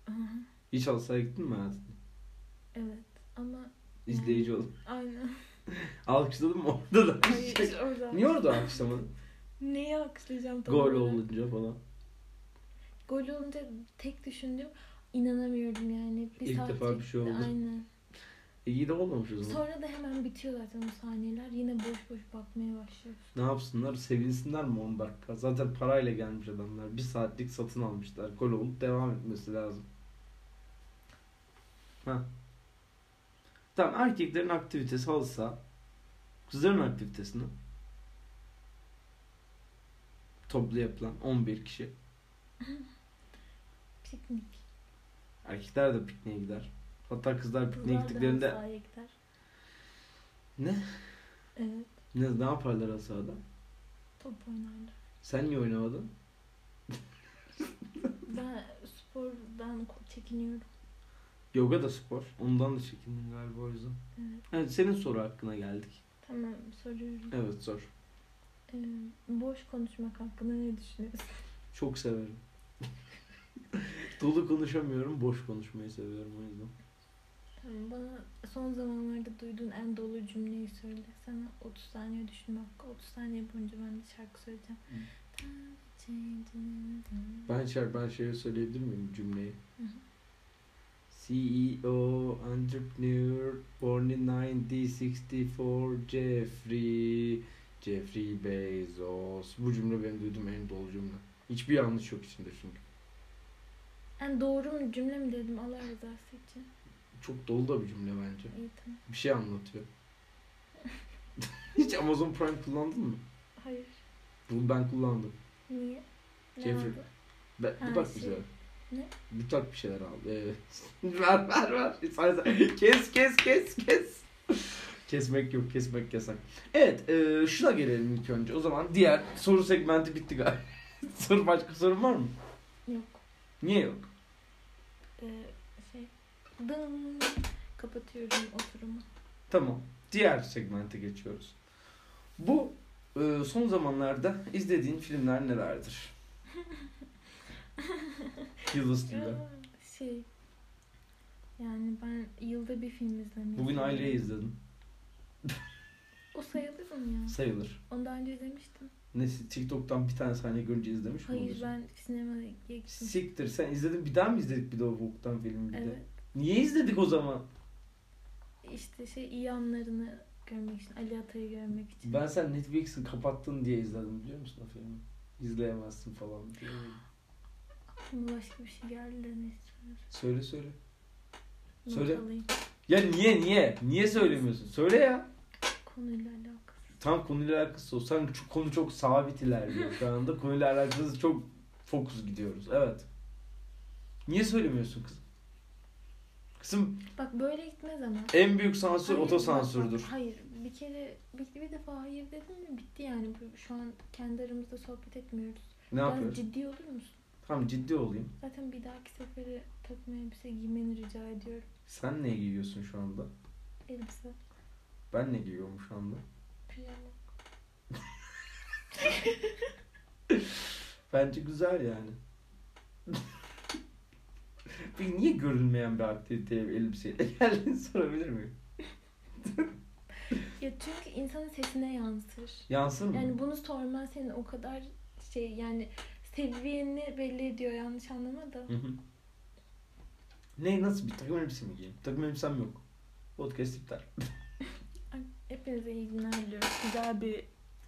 Speaker 2: Aha,
Speaker 1: Hiç halı sahaya gittin mi hayatında?
Speaker 2: evet ama
Speaker 1: İzleyici ol.
Speaker 2: aynen.
Speaker 1: Alkışladın mı orada da?
Speaker 2: Hayır orada.
Speaker 1: Şey, Niye orada alkışlamadın?
Speaker 2: Neyi alkışlayacağım tam
Speaker 1: Gol
Speaker 2: olarak?
Speaker 1: olunca falan.
Speaker 2: Gol olunca tek düşündüğüm inanamıyorum yani. Bir
Speaker 1: İlk
Speaker 2: saat
Speaker 1: defa bir şey
Speaker 2: çekti,
Speaker 1: oldu.
Speaker 2: Aynen.
Speaker 1: E, iyi de olmamış o zaman.
Speaker 2: Sonra da hemen bitiyor zaten o saniyeler. Yine boş boş bakmaya başlıyoruz.
Speaker 1: Ne yapsınlar? Sevinsinler mi 10 dakika? Zaten parayla gelmiş adamlar. Bir saatlik satın almışlar. Gol olup devam etmesi lazım. Ha. Tamam erkeklerin aktivitesi alsa kızların aktivitesini toplu yapılan 11 kişi.
Speaker 2: Piknik.
Speaker 1: Erkekler de pikniğe gider. Hatta kızlar pikniğe
Speaker 2: Kızlar da
Speaker 1: gittiklerinde
Speaker 2: halı sahaya gider.
Speaker 1: Ne?
Speaker 2: Evet.
Speaker 1: ne, ne yaparlar asada?
Speaker 2: Top oynarlar.
Speaker 1: Sen niye oynamadın?
Speaker 2: Ben spordan ko- çekiniyorum.
Speaker 1: Yoga da spor. Ondan da çekindin galiba o yüzden.
Speaker 2: Evet.
Speaker 1: Evet senin soru hakkına geldik.
Speaker 2: Tamam soruyorum.
Speaker 1: Evet sor.
Speaker 2: Ee, boş konuşmak hakkında ne düşünüyorsun?
Speaker 1: Çok severim. Dolu konuşamıyorum, boş konuşmayı seviyorum o yüzden.
Speaker 2: Tamam, bana son zamanlarda duyduğun en dolu cümleyi söyle. Sana 30 saniye düşünme hakkı. 30 saniye boyunca ben de şarkı söyleyeceğim.
Speaker 1: Hı. Ben şer, ben şey söyleyebilir miyim cümleyi?
Speaker 2: Hı hı.
Speaker 1: CEO, E entrepreneur, born in 1964, Jeffrey, Jeffrey Bezos. Bu cümle benim duyduğum en dolu cümle. Hiçbir yanlış yok içinde çünkü.
Speaker 2: En doğru mu cümle mi dedim Allah rızası için.
Speaker 1: Çok dolu da bir cümle bence.
Speaker 2: İyi tamam.
Speaker 1: Bir şey anlatıyor. Hiç Amazon Prime kullandın mı?
Speaker 2: Hayır.
Speaker 1: Bu ben kullandım.
Speaker 2: Niye? Ne
Speaker 1: Jeffrey.
Speaker 2: oldu?
Speaker 1: Ben,
Speaker 2: Ha,
Speaker 1: bir bak
Speaker 2: şey.
Speaker 1: bize.
Speaker 2: Ne?
Speaker 1: Bir tak bir şeyler al. Ee, ver ver ver. Say, say. Kes kes kes kes. Kesmek yok kesmek yasak. Evet e, şuna gelelim ilk önce. O zaman diğer soru segmenti bitti galiba. soru başka sorun var mı?
Speaker 2: Yok.
Speaker 1: Niye yok?
Speaker 2: Ee, şey. Dın. Kapatıyorum oturumu.
Speaker 1: Tamam. Diğer segmente geçiyoruz. Bu e, son zamanlarda izlediğin filmler nelerdir? Yıldız Tilbe.
Speaker 2: Ya, şey. Yani ben yılda bir film izlemeyi
Speaker 1: Bugün
Speaker 2: seviyorum.
Speaker 1: aileyi izledim.
Speaker 2: O sayılır mı ya?
Speaker 1: Sayılır.
Speaker 2: Onu daha önce izlemiştim.
Speaker 1: Nesi TikTok'tan bir tane sahne görünce izlemiş mi
Speaker 2: Hayır
Speaker 1: olursun?
Speaker 2: ben sinemaya gittim.
Speaker 1: Siktir sen izledin bir daha mı izledik bir de o boktan filmi bir de?
Speaker 2: Evet.
Speaker 1: Niye izledik o zaman?
Speaker 2: İşte şey iyi anlarını görmek için, Ali Atay'ı görmek için.
Speaker 1: Ben sen Netflix'i kapattın diye izledim biliyor musun o filmi? İzleyemezsin falan diye.
Speaker 2: Aklıma başka bir şey geldi de ne istiyorum.
Speaker 1: Söyle söyle.
Speaker 2: Not
Speaker 1: Söyle.
Speaker 2: alayım.
Speaker 1: Ya niye niye? Niye söylemiyorsun? Söyle ya.
Speaker 2: Konuyla alakası.
Speaker 1: Tam konuyla alakası o. Sen çok- konu çok sabit ilerliyor şu anda. Konuyla alakasız çok fokus gidiyoruz. Evet. Niye söylemiyorsun kızım? Kızım
Speaker 2: Bak böyle gitmez ama.
Speaker 1: en büyük sansür
Speaker 2: Hayır,
Speaker 1: otosansürdür.
Speaker 2: bak, bak, Hayır bir kere bir, bir defa hayır dedim mi bitti yani. Bu- Şu an kendi aramızda sohbet etmiyoruz.
Speaker 1: Ne
Speaker 2: Biraz
Speaker 1: yapıyoruz?
Speaker 2: ciddi olur musun?
Speaker 1: Tamam ciddi olayım.
Speaker 2: Zaten bir dahaki sefere takım elbise giymeni rica ediyorum.
Speaker 1: Sen ne giyiyorsun şu anda?
Speaker 2: Elbise.
Speaker 1: Ben ne giyiyorum şu anda?
Speaker 2: Pijama.
Speaker 1: Bence güzel yani. Peki niye görünmeyen bir aktiviteye elbiseyle geldiğini sorabilir miyim?
Speaker 2: Ya çünkü insanın sesine yansır.
Speaker 1: Yansır mı?
Speaker 2: Yani bunu sorman senin o kadar şey yani seviyeni belli ediyor yanlış anlama da.
Speaker 1: Hı hı. ne nasıl bir takım elbise mi giyeyim? Takım elbisem yok. Podcast iptal.
Speaker 2: Hepinize iyi günler diliyoruz. Güzel bir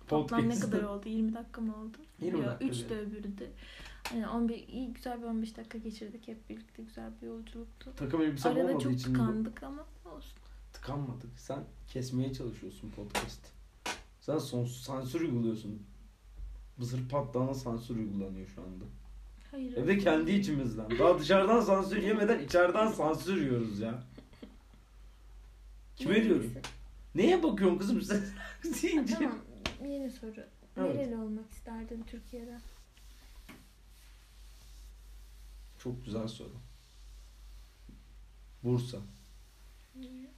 Speaker 2: toplam ne
Speaker 1: Podcast.
Speaker 2: kadar oldu? 20 dakika mı oldu?
Speaker 1: 20 dakika
Speaker 2: 3
Speaker 1: diyor.
Speaker 2: de öbürü de. Yani 11, iyi güzel Hani bir 15 dakika geçirdik hep birlikte güzel bir yolculuktu.
Speaker 1: Takım elbisem
Speaker 2: Arada
Speaker 1: olmadığı
Speaker 2: çok
Speaker 1: için
Speaker 2: tıkandık ama olsun.
Speaker 1: tıkanmadık. Sen kesmeye çalışıyorsun podcast. Sen son sansür uyguluyorsun. Mısır patlağına sansür uygulanıyor şu anda.
Speaker 2: Hayır.
Speaker 1: Hem de kendi içimizden. Daha dışarıdan sansür yemeden içeriden sansür yiyoruz ya. Kime
Speaker 2: Neyse.
Speaker 1: diyorum? Neye bakıyorsun kızım sen?
Speaker 2: Ha,
Speaker 1: Deyince-
Speaker 2: Tamam yeni soru.
Speaker 1: Evet.
Speaker 2: Nereli olmak isterdin Türkiye'den?
Speaker 1: Çok güzel soru. Bursa.
Speaker 2: Niye?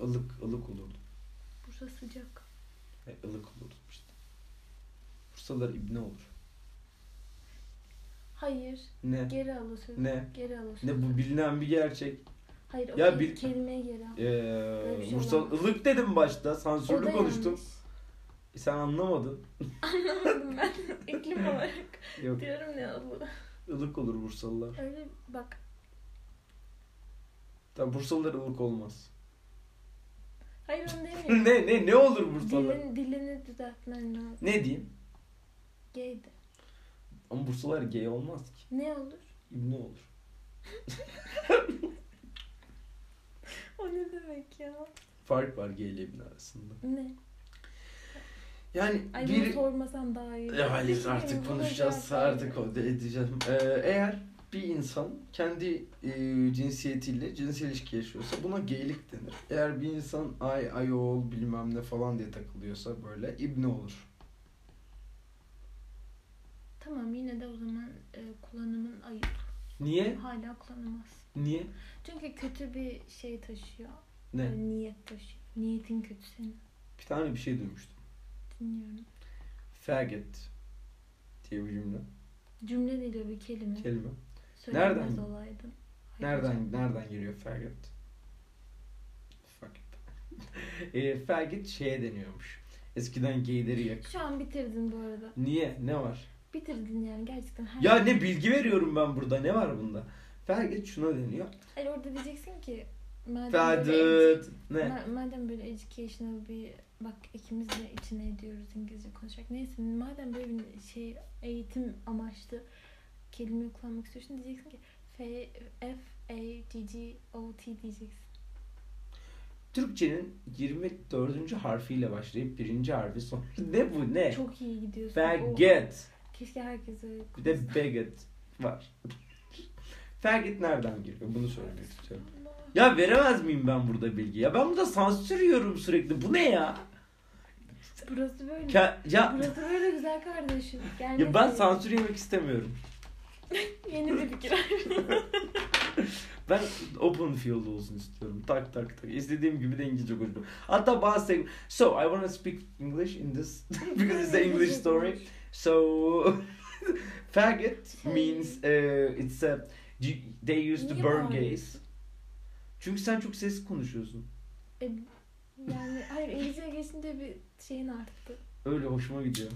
Speaker 1: Ilık, ılık olurdu.
Speaker 2: Bursa sıcak.
Speaker 1: E, ılık olurdu işte. Bursalar ibne olur.
Speaker 2: Hayır.
Speaker 1: Ne?
Speaker 2: Geri al o sözü.
Speaker 1: Ne?
Speaker 2: Geri al o sözü.
Speaker 1: Ne bu bilinen bir gerçek.
Speaker 2: Hayır o
Speaker 1: Ya
Speaker 2: kel-
Speaker 1: bil-
Speaker 2: kelimeyi geri al.
Speaker 1: Ee,
Speaker 2: bir şey
Speaker 1: Bursa
Speaker 2: olamaz.
Speaker 1: ılık dedim başta.
Speaker 2: O da
Speaker 1: Sansürlü konuştum. E, sen anlamadın.
Speaker 2: yanlış. Anlamadım ben iklim olarak.
Speaker 1: Yok.
Speaker 2: Diyorum ya bu.
Speaker 1: ılık olur Bursalılar.
Speaker 2: Öyle bak
Speaker 1: Tabii Bursalılar ılık olmaz.
Speaker 2: Hayır onu demiyorum.
Speaker 1: ne ne ne olur Bursalılar?
Speaker 2: Dilin, dilini düzeltmen lazım.
Speaker 1: Ne diyeyim?
Speaker 2: Gay de.
Speaker 1: Ama Bursalılar gay olmaz ki.
Speaker 2: Ne olur?
Speaker 1: İbne olur.
Speaker 2: O ne demek ya?
Speaker 1: Fark var gay ile ibne arasında.
Speaker 2: Ne?
Speaker 1: Yani
Speaker 2: Ay
Speaker 1: bir...
Speaker 2: bunu sormasan daha iyi.
Speaker 1: Ya Hayır
Speaker 2: Düşünüyorum,
Speaker 1: artık
Speaker 2: bunu
Speaker 1: konuşacağız
Speaker 2: cevap vermiyorum.
Speaker 1: artık o edeceğim. Ee, eğer bir insan kendi e, cinsiyetiyle cinsel ilişki yaşıyorsa buna geylik denir. Eğer bir insan ay ay oğul bilmem ne falan diye takılıyorsa böyle ibne olur.
Speaker 2: Tamam yine de o zaman e, kullanımın ayıp.
Speaker 1: Niye?
Speaker 2: Hala kullanılmaz.
Speaker 1: Niye?
Speaker 2: Çünkü kötü bir şey taşıyor.
Speaker 1: Ne?
Speaker 2: E, niyet taşıyor. Niyetin kötü senin.
Speaker 1: Bir tane bir şey duymuştum.
Speaker 2: Dinliyorum.
Speaker 1: Faggot diye bir cümle.
Speaker 2: Cümle değil o bir kelime.
Speaker 1: Kelime.
Speaker 2: Söylemez
Speaker 1: Nereden?
Speaker 2: olaydım. Hayır hocam.
Speaker 1: Nereden nereden geliyor faggot? Fuck it. e, faggot şeye deniyormuş. Eskiden geyleri yak.
Speaker 2: Şu an bitirdin bu arada.
Speaker 1: Niye? Ne var?
Speaker 2: Bitirdin yani gerçekten. Her
Speaker 1: Ya ne bilgi veriyorum ben burada. Ne var bunda? Faggot şuna deniyor.
Speaker 2: Hayır orada diyeceksin ki madem böyle,
Speaker 1: Faggot. Ne?
Speaker 2: ma- madem böyle educational bir bak ikimiz de içine ediyoruz İngilizce konuşarak. Neyse madem böyle bir şey eğitim amaçlı kelime kullanmak istiyorsun diyeceksin ki F, F A G G O T diyeceksin.
Speaker 1: Türkçenin 24. harfiyle başlayıp birinci harfi son. Ne bu ne?
Speaker 2: Çok iyi gidiyorsun. Oha.
Speaker 1: Faggot.
Speaker 2: Keşke herkes öyle
Speaker 1: Bir de bigot var. Faggot nereden giriyor? Bunu söylemek istiyorum.
Speaker 2: Allah.
Speaker 1: Ya veremez miyim ben burada bilgi? Ya ben burada sansür yiyorum sürekli. Bu ne ya?
Speaker 2: Burası böyle.
Speaker 1: Ke- ya,
Speaker 2: Burası böyle güzel kardeşim. Gel
Speaker 1: ya ben
Speaker 2: mesela.
Speaker 1: sansür yemek istemiyorum.
Speaker 2: Yeni bir fikir.
Speaker 1: Ben open field olsun istiyorum. Tak tak tak. İstediğim gibi de İngilizce konuşuyorum. Hatta bazı seg- So I want to speak English in this because it's an English story. So faggot means uh, it's a they used to burn
Speaker 2: Niye bağırıyorsun?
Speaker 1: gays. Çünkü sen çok sesli konuşuyorsun.
Speaker 2: E, yani hayır İngilizce geçince bir şeyin arttı.
Speaker 1: Öyle hoşuma gidiyor.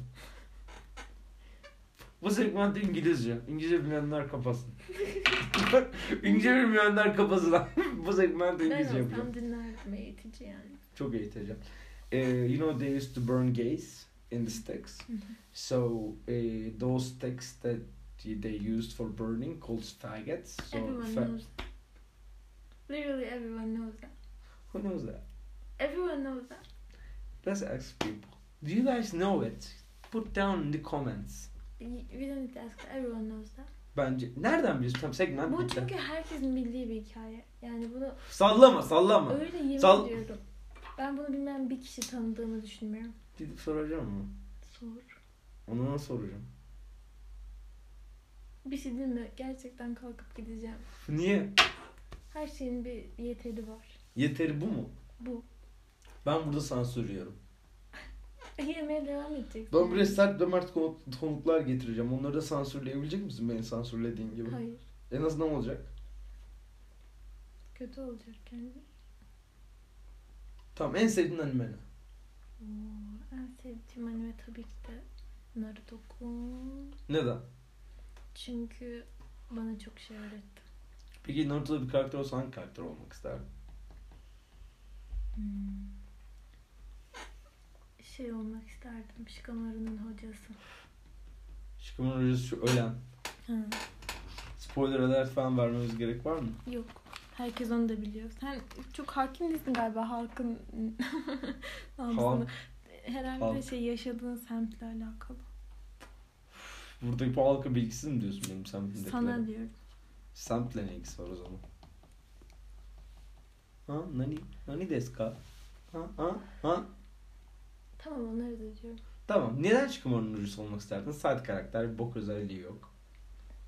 Speaker 1: Bu segmentte İngilizce. İngilizce bilenler kapasın. İngilizce bilmeyenler kapasın. Bu segmentte
Speaker 2: Ben
Speaker 1: İngilizce yapacağım.
Speaker 2: olsam dinlerdim eğitici yani.
Speaker 1: Çok eğiteceğim. Ee, you know they used to burn gays in the sticks.
Speaker 2: hı.
Speaker 1: so eh, those sticks that they used for burning called faggots. So
Speaker 2: everyone
Speaker 1: fa-
Speaker 2: knows. Literally everyone knows that.
Speaker 1: Who knows that?
Speaker 2: Everyone knows that.
Speaker 1: Let's ask people. Do you guys know it? Put down in the comments.
Speaker 2: Y- We don't need to ask. Everyone knows that.
Speaker 1: Bence nereden biliyorsun? Tam segment
Speaker 2: Bu
Speaker 1: bitti.
Speaker 2: çünkü herkesin bildiği bir hikaye. Yani bunu
Speaker 1: Sallama sallama.
Speaker 2: öyle yemin
Speaker 1: Sal-
Speaker 2: ediyorum. Ben bunu bilmeyen bir kişi tanıdığımı düşünmüyorum.
Speaker 1: Gidip soracağım mı?
Speaker 2: Sor.
Speaker 1: Ona nasıl soracağım?
Speaker 2: Bir şey değil mi? Gerçekten kalkıp gideceğim.
Speaker 1: Niye?
Speaker 2: Her şeyin bir yeteri var.
Speaker 1: Yeteri bu mu?
Speaker 2: Bu.
Speaker 1: Ben burada sansürüyorum.
Speaker 2: Yemeğe devam edeceksin.
Speaker 1: Ben buraya sert ve mert konuk- konuklar getireceğim. Onları da sansürleyebilecek misin beni sansürlediğin gibi?
Speaker 2: Hayır.
Speaker 1: En azından olacak.
Speaker 2: Kötü olacak yani.
Speaker 1: Tamam en sevdiğin anime ne?
Speaker 2: Oo, en sevdiğim anime tabii ki de Naruto.
Speaker 1: Neden?
Speaker 2: Çünkü bana çok şey öğretti.
Speaker 1: Peki Naruto'da bir karakter olsa hangi karakter olmak isterdin?
Speaker 2: Hmm. Şey olmak isterdim. Shikamaru'nun hocası.
Speaker 1: Shikamaru hocası şu ölen.
Speaker 2: Ha,
Speaker 1: Spoiler alert falan vermemiz gerek var mı?
Speaker 2: yok. Herkes onu da biliyor. Sen çok hakim değilsin galiba halkın namzını. Herhangi bir
Speaker 1: Halk.
Speaker 2: şey yaşadığın semtle alakalı.
Speaker 1: Buradaki bu halka bilgisiz mi diyorsun benim semtimdekilere?
Speaker 2: Sana diyorum.
Speaker 1: Semtle ne ilgisi var o zaman? Ha? Nani? Nani deska? Ha? Ha? Ha?
Speaker 2: Tamam onları da diyorum.
Speaker 1: Tamam. Neden Shikamaru'nun hocası olmak isterdin? Side karakter, bir bok özelliği yok.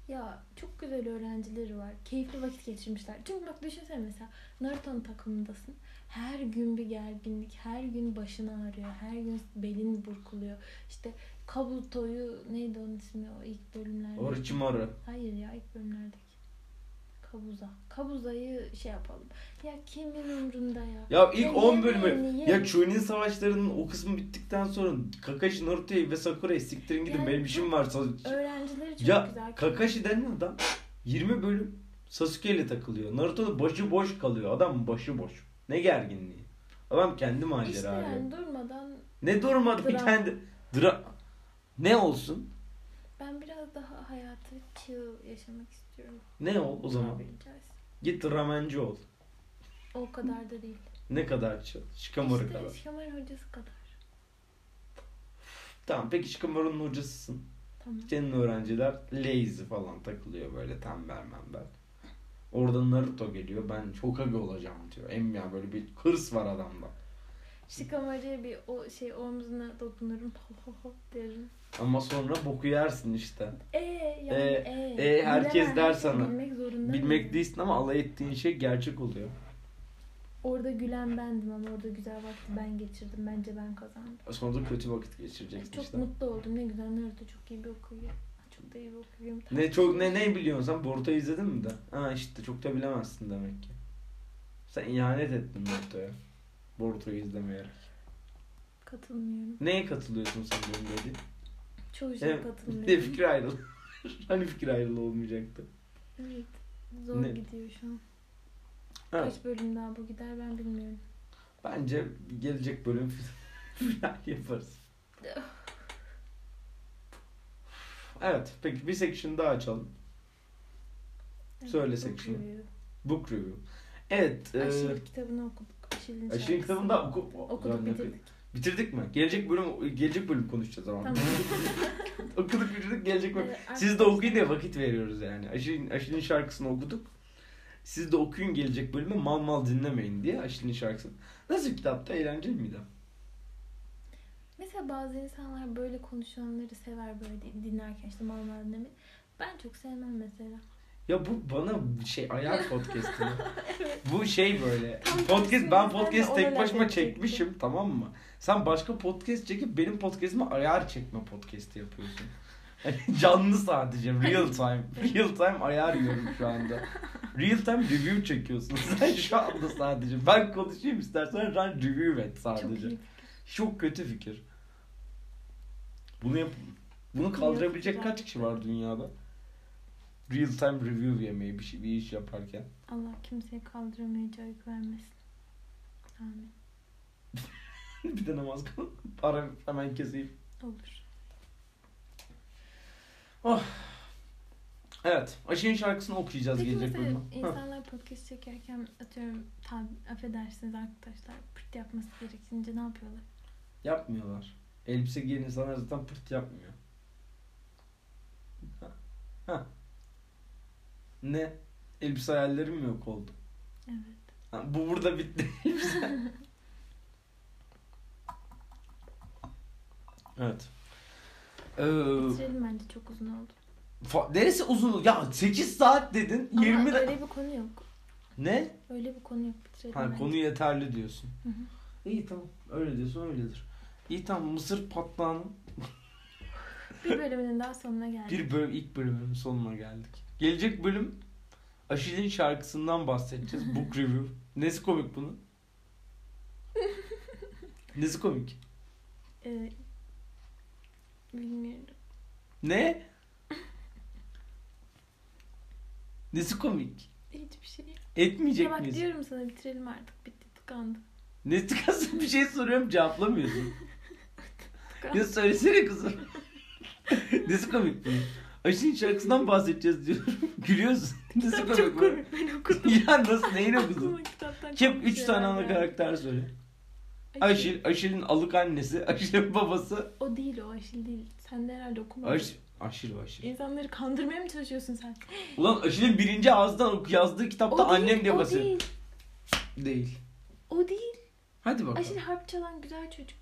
Speaker 2: Ya çok güzel öğrencileri var. Keyifli vakit geçirmişler. Çünkü bak düşünsene mesela Naruto'nun takımındasın. Her gün bir gerginlik, her gün başın ağrıyor, her gün belin burkuluyor. İşte Kabuto'yu neydi onun ismi o ilk bölümlerde?
Speaker 1: Orochimaru.
Speaker 2: Hayır ya ilk bölümlerdeki. Kabuza. Kabuza'yı şey yapalım. Ya kimin umrunda ya?
Speaker 1: Ya ilk 10
Speaker 2: yeme
Speaker 1: bölümü.
Speaker 2: yemeğini ye.
Speaker 1: Ya Chunin savaşlarının o kısmı bittikten sonra Kakashi, Naruto'yu ve Sakura'yı siktirin gidin.
Speaker 2: Yani
Speaker 1: benim işim var. Sa-
Speaker 2: Öğrencileri çok
Speaker 1: Ya
Speaker 2: güzel.
Speaker 1: Kakashi denen adam 20 bölüm Sasuke ile takılıyor. Naruto'nun başı boş kalıyor. Adam başı boş. Ne gerginliği. Adam kendi macera
Speaker 2: İşte
Speaker 1: arıyor.
Speaker 2: yani durmadan
Speaker 1: Ne durmadan
Speaker 2: Dram.
Speaker 1: kendi... Dra... Ne olsun?
Speaker 2: ben biraz daha hayatı chill yaşamak istiyorum.
Speaker 1: Ne ol o zaman?
Speaker 2: Tabiri caizse.
Speaker 1: Git ramenci ol.
Speaker 2: O kadar da değil.
Speaker 1: Ne kadar çıl. Shikamaru
Speaker 2: işte
Speaker 1: kadar.
Speaker 2: Shikamaru hocası kadar.
Speaker 1: Tamam peki Shikamaru'nun hocasısın.
Speaker 2: Tamam.
Speaker 1: Senin öğrenciler lazy falan takılıyor böyle tembel membel. Oradan Naruto geliyor. Ben Hokage olacağım diyor. Em ya böyle bir hırs var adamda.
Speaker 2: Shikamaru'ya bir o şey omzuna dokunurum. Ho ho ho derim.
Speaker 1: Ama sonra boku yersin işte.
Speaker 2: E yani
Speaker 1: Ee,
Speaker 2: e.
Speaker 1: e, herkes
Speaker 2: Bilemem,
Speaker 1: der
Speaker 2: herkes
Speaker 1: sana.
Speaker 2: Bilmek zorunda mıyım?
Speaker 1: Bilmek değilsin ama alay ettiğin şey gerçek oluyor.
Speaker 2: Orada gülen bendim ama orada güzel vakti ben geçirdim. Bence ben kazandım.
Speaker 1: Sonra da kötü vakit geçireceksin
Speaker 2: Çok
Speaker 1: işte.
Speaker 2: mutlu oldum. Ne güzel Naruto çok iyi bir okuyor. çok da iyi okuyayım.
Speaker 1: Ne çok ne ne biliyorsun sen Boruto izledin mi de? Ha işte çok da bilemezsin demek ki. Sen ihanet ettin Boruto'ya. Boruto'yu izlemeyerek.
Speaker 2: Katılmıyorum.
Speaker 1: Neye katılıyorsun sen benim dedi?
Speaker 2: Çoğu şey
Speaker 1: Yani, bir de
Speaker 2: katılmıyorum.
Speaker 1: fikir ayrılığı. hani fikir ayrılığı olmayacaktı.
Speaker 2: Evet. Zor
Speaker 1: Ne?
Speaker 2: gidiyor şu an.
Speaker 1: Evet.
Speaker 2: Kaç bölüm daha bu gider ben bilmiyorum.
Speaker 1: Bence gelecek bölüm final yaparız. Evet. Peki bir section daha açalım.
Speaker 2: Evet,
Speaker 1: Söyle
Speaker 2: book
Speaker 1: section.
Speaker 2: review.
Speaker 1: Book review. Evet. E,
Speaker 2: Aşil kitabını okuduk. Aşil'in
Speaker 1: Aşil'in
Speaker 2: şarkısını.
Speaker 1: kitabını da oku- o-
Speaker 2: okuduk
Speaker 1: zaten-
Speaker 2: bitirdik.
Speaker 1: Bitirdik mi? Gelecek bölüm gelecek bölüm konuşacağız ama.
Speaker 2: Tamam.
Speaker 1: Okuduk bitirdik gelecek bölüm.
Speaker 2: Ee,
Speaker 1: Siz de okuyun diye vakit veriyoruz yani. Aşil'in Aşil'in şarkısını okuduk. Siz de okuyun gelecek bölümü mal mal dinlemeyin diye Aşil'in şarkısını. Nasıl kitapta eğlenceli miydi?
Speaker 2: Mesela bazı insanlar böyle konuşanları sever böyle din- dinlerken işte mal mal dinlemeyi. Ben çok sevmem mesela.
Speaker 1: Ya bu bana şey ayak podcast'i. bu şey böyle.
Speaker 2: Tam
Speaker 1: podcast
Speaker 2: tersini
Speaker 1: ben
Speaker 2: ben de
Speaker 1: podcast tek
Speaker 2: ona
Speaker 1: başıma
Speaker 2: laf edecektim.
Speaker 1: çekmişim tamam mı? Sen başka podcast çekip benim podcast'ime ayar çekme podcast'i yapıyorsun. Yani Canlı sadece real time. Real time ayar yiyorum şu anda. Real time review çekiyorsun. Sen şu anda sadece. Ben konuşayım istersen sen review et
Speaker 2: Çok
Speaker 1: sadece.
Speaker 2: iyi.
Speaker 1: Çok kötü fikir. Bunu yap bunu kaldırabilecek kaç kişi var dünyada? Real time review yemeği bir, şey, bir iş yaparken.
Speaker 2: Allah kimseye kaldıramayacağı yük vermesin. Amin.
Speaker 1: bir de namaz kılın. Para hemen keseyim.
Speaker 2: Olur.
Speaker 1: Evet. Aşı'nın şarkısını okuyacağız
Speaker 2: Peki
Speaker 1: gelecek
Speaker 2: mesela
Speaker 1: bölüme. Ha.
Speaker 2: insanlar podcast çekerken atıyorum tabi, affedersiniz arkadaşlar pırt yapması gerekince ne yapıyorlar?
Speaker 1: Yapmıyorlar. Elbise giyen insanlar zaten pırt yapmıyor. Ha. Ha. Ne? Elbise hayallerim yok oldu.
Speaker 2: Evet.
Speaker 1: Ha, bu burada bitti elbise. evet. Ee,
Speaker 2: Bitirelim bence çok uzun oldu.
Speaker 1: Fa- Neresi uzun? Ya 8 saat dedin.
Speaker 2: Ama
Speaker 1: 20 de-
Speaker 2: öyle bir konu yok.
Speaker 1: Ne?
Speaker 2: Öyle bir konu yok bitirelim
Speaker 1: Ha
Speaker 2: bence.
Speaker 1: konu yeterli diyorsun.
Speaker 2: Hı hı.
Speaker 1: İyi tamam. Öyle diyorsun öyledir. İyi tamam Mısır patlağının
Speaker 2: Bir bölümünün daha sonuna geldik.
Speaker 1: bir bölüm ilk bölümünün sonuna geldik. Gelecek bölüm Aşil'in şarkısından bahsedeceğiz. Book review. Nesi komik bunun? Nesi komik?
Speaker 2: Ee, bilmiyorum.
Speaker 1: Ne? Nesi komik?
Speaker 2: Hiçbir şey.
Speaker 1: Etmeyecek
Speaker 2: Ya bak
Speaker 1: miyiz?
Speaker 2: diyorum sana bitirelim artık. Bitti tıkandı.
Speaker 1: Ne tıkasın bir şey soruyorum cevaplamıyorsun.
Speaker 2: Tıkandı.
Speaker 1: Ya söylesene kızım. Nesi komik bu? Aşın şarkısından bahsedeceğiz diyorum. Gülüyorsun. Nesi
Speaker 2: Kitap
Speaker 1: komik
Speaker 2: çok
Speaker 1: bu?
Speaker 2: komik. Ben okudum.
Speaker 1: Ya nasıl neyin okudun?
Speaker 2: Aklıma kitaptan
Speaker 1: Kim
Speaker 2: çok
Speaker 1: 3 tane
Speaker 2: şeyler
Speaker 1: ana
Speaker 2: geldi.
Speaker 1: karakter söyle.
Speaker 2: Aşil.
Speaker 1: Aşil, Aşil'in alık annesi, Aşil'in babası.
Speaker 2: O değil o Aşil değil. Sen de herhalde okumadın.
Speaker 1: Aş, Aşil o Aşil.
Speaker 2: İnsanları kandırmaya mı çalışıyorsun sen?
Speaker 1: Ulan Aşil'in birinci ağızdan ok- yazdığı kitapta
Speaker 2: o değil,
Speaker 1: annem diye
Speaker 2: o
Speaker 1: basıyor.
Speaker 2: değil.
Speaker 1: Değil.
Speaker 2: O değil.
Speaker 1: Hadi bakalım.
Speaker 2: Aşil harp çalan güzel çocuk.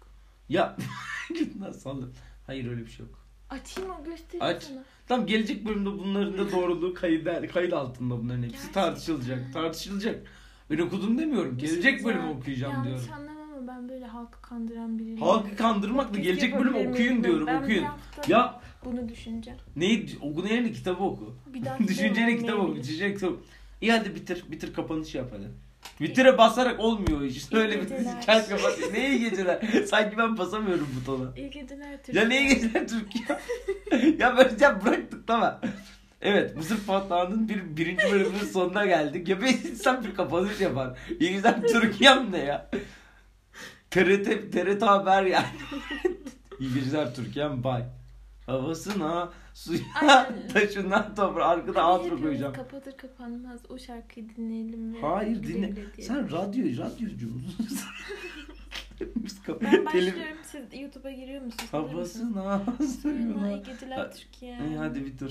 Speaker 1: Ya git lan salla. Hayır öyle bir şey yok.
Speaker 2: Açayım o göstereyim
Speaker 1: Aç.
Speaker 2: sana.
Speaker 1: Tam gelecek bölümde bunların da doğruluğu kayıt, kayıt altında bunların hepsi
Speaker 2: Gerçekten.
Speaker 1: tartışılacak. Tartışılacak. Ben okudum demiyorum.
Speaker 2: Bir şey
Speaker 1: Gelecek bölümü
Speaker 2: diyeceğim.
Speaker 1: okuyacağım
Speaker 2: Yanlış
Speaker 1: diyorum.
Speaker 2: anlama ama ben böyle halkı kandıran biriyim.
Speaker 1: Halkı kandırmakla
Speaker 2: Keşke
Speaker 1: gelecek bölümü
Speaker 2: yapabilir
Speaker 1: okuyun
Speaker 2: miydim?
Speaker 1: diyorum.
Speaker 2: Ben bir
Speaker 1: Okuyun.
Speaker 2: hafta
Speaker 1: Ya
Speaker 2: Bunu düşüneceğim.
Speaker 1: neyi okun yerine kitabı oku.
Speaker 2: Bir şey daha
Speaker 1: Düşünceli kitabı oku.
Speaker 2: olmayabilir.
Speaker 1: Düşünceli kitabı. oku. İyi hadi bitir. Bitir kapanış yap hadi. Bitire basarak olmuyor iş. Öyle bir
Speaker 2: geceler.
Speaker 1: kent kapat. Ne iyi geceler. Sanki ben basamıyorum butona.
Speaker 2: İyi geceler Türkiye.
Speaker 1: Ya ne iyi geceler Türkiye. ya ben ya bıraktık tamam. Evet Mısır Patlağı'nın bir, birinci bölümünün sonuna geldik. Ya bir insan bir kapanış yapar. İyi güzel Türkiye'm ne ya? TRT, TRT haber yani. iyi geceler Türkiye'm bay. Havasına, suyuna,
Speaker 2: Aynen.
Speaker 1: taşına, toprağa. Arkada
Speaker 2: Hadi
Speaker 1: outro
Speaker 2: hepimiz
Speaker 1: koyacağım.
Speaker 2: Kapatır kapanmaz o şarkıyı dinleyelim ve
Speaker 1: Hayır,
Speaker 2: güle
Speaker 1: dinle.
Speaker 2: güle diyelim.
Speaker 1: Sen radyo, radyocu musun? Biz kap-
Speaker 2: Ben
Speaker 1: telif-
Speaker 2: başlıyorum siz YouTube'a giriyor musunuz? Hazır mısınız?
Speaker 1: Havasına,
Speaker 2: Merhaba,
Speaker 1: suyuna.
Speaker 2: İyi geceler
Speaker 1: Ha-
Speaker 2: Türkiye.
Speaker 1: İyi hadi bitir.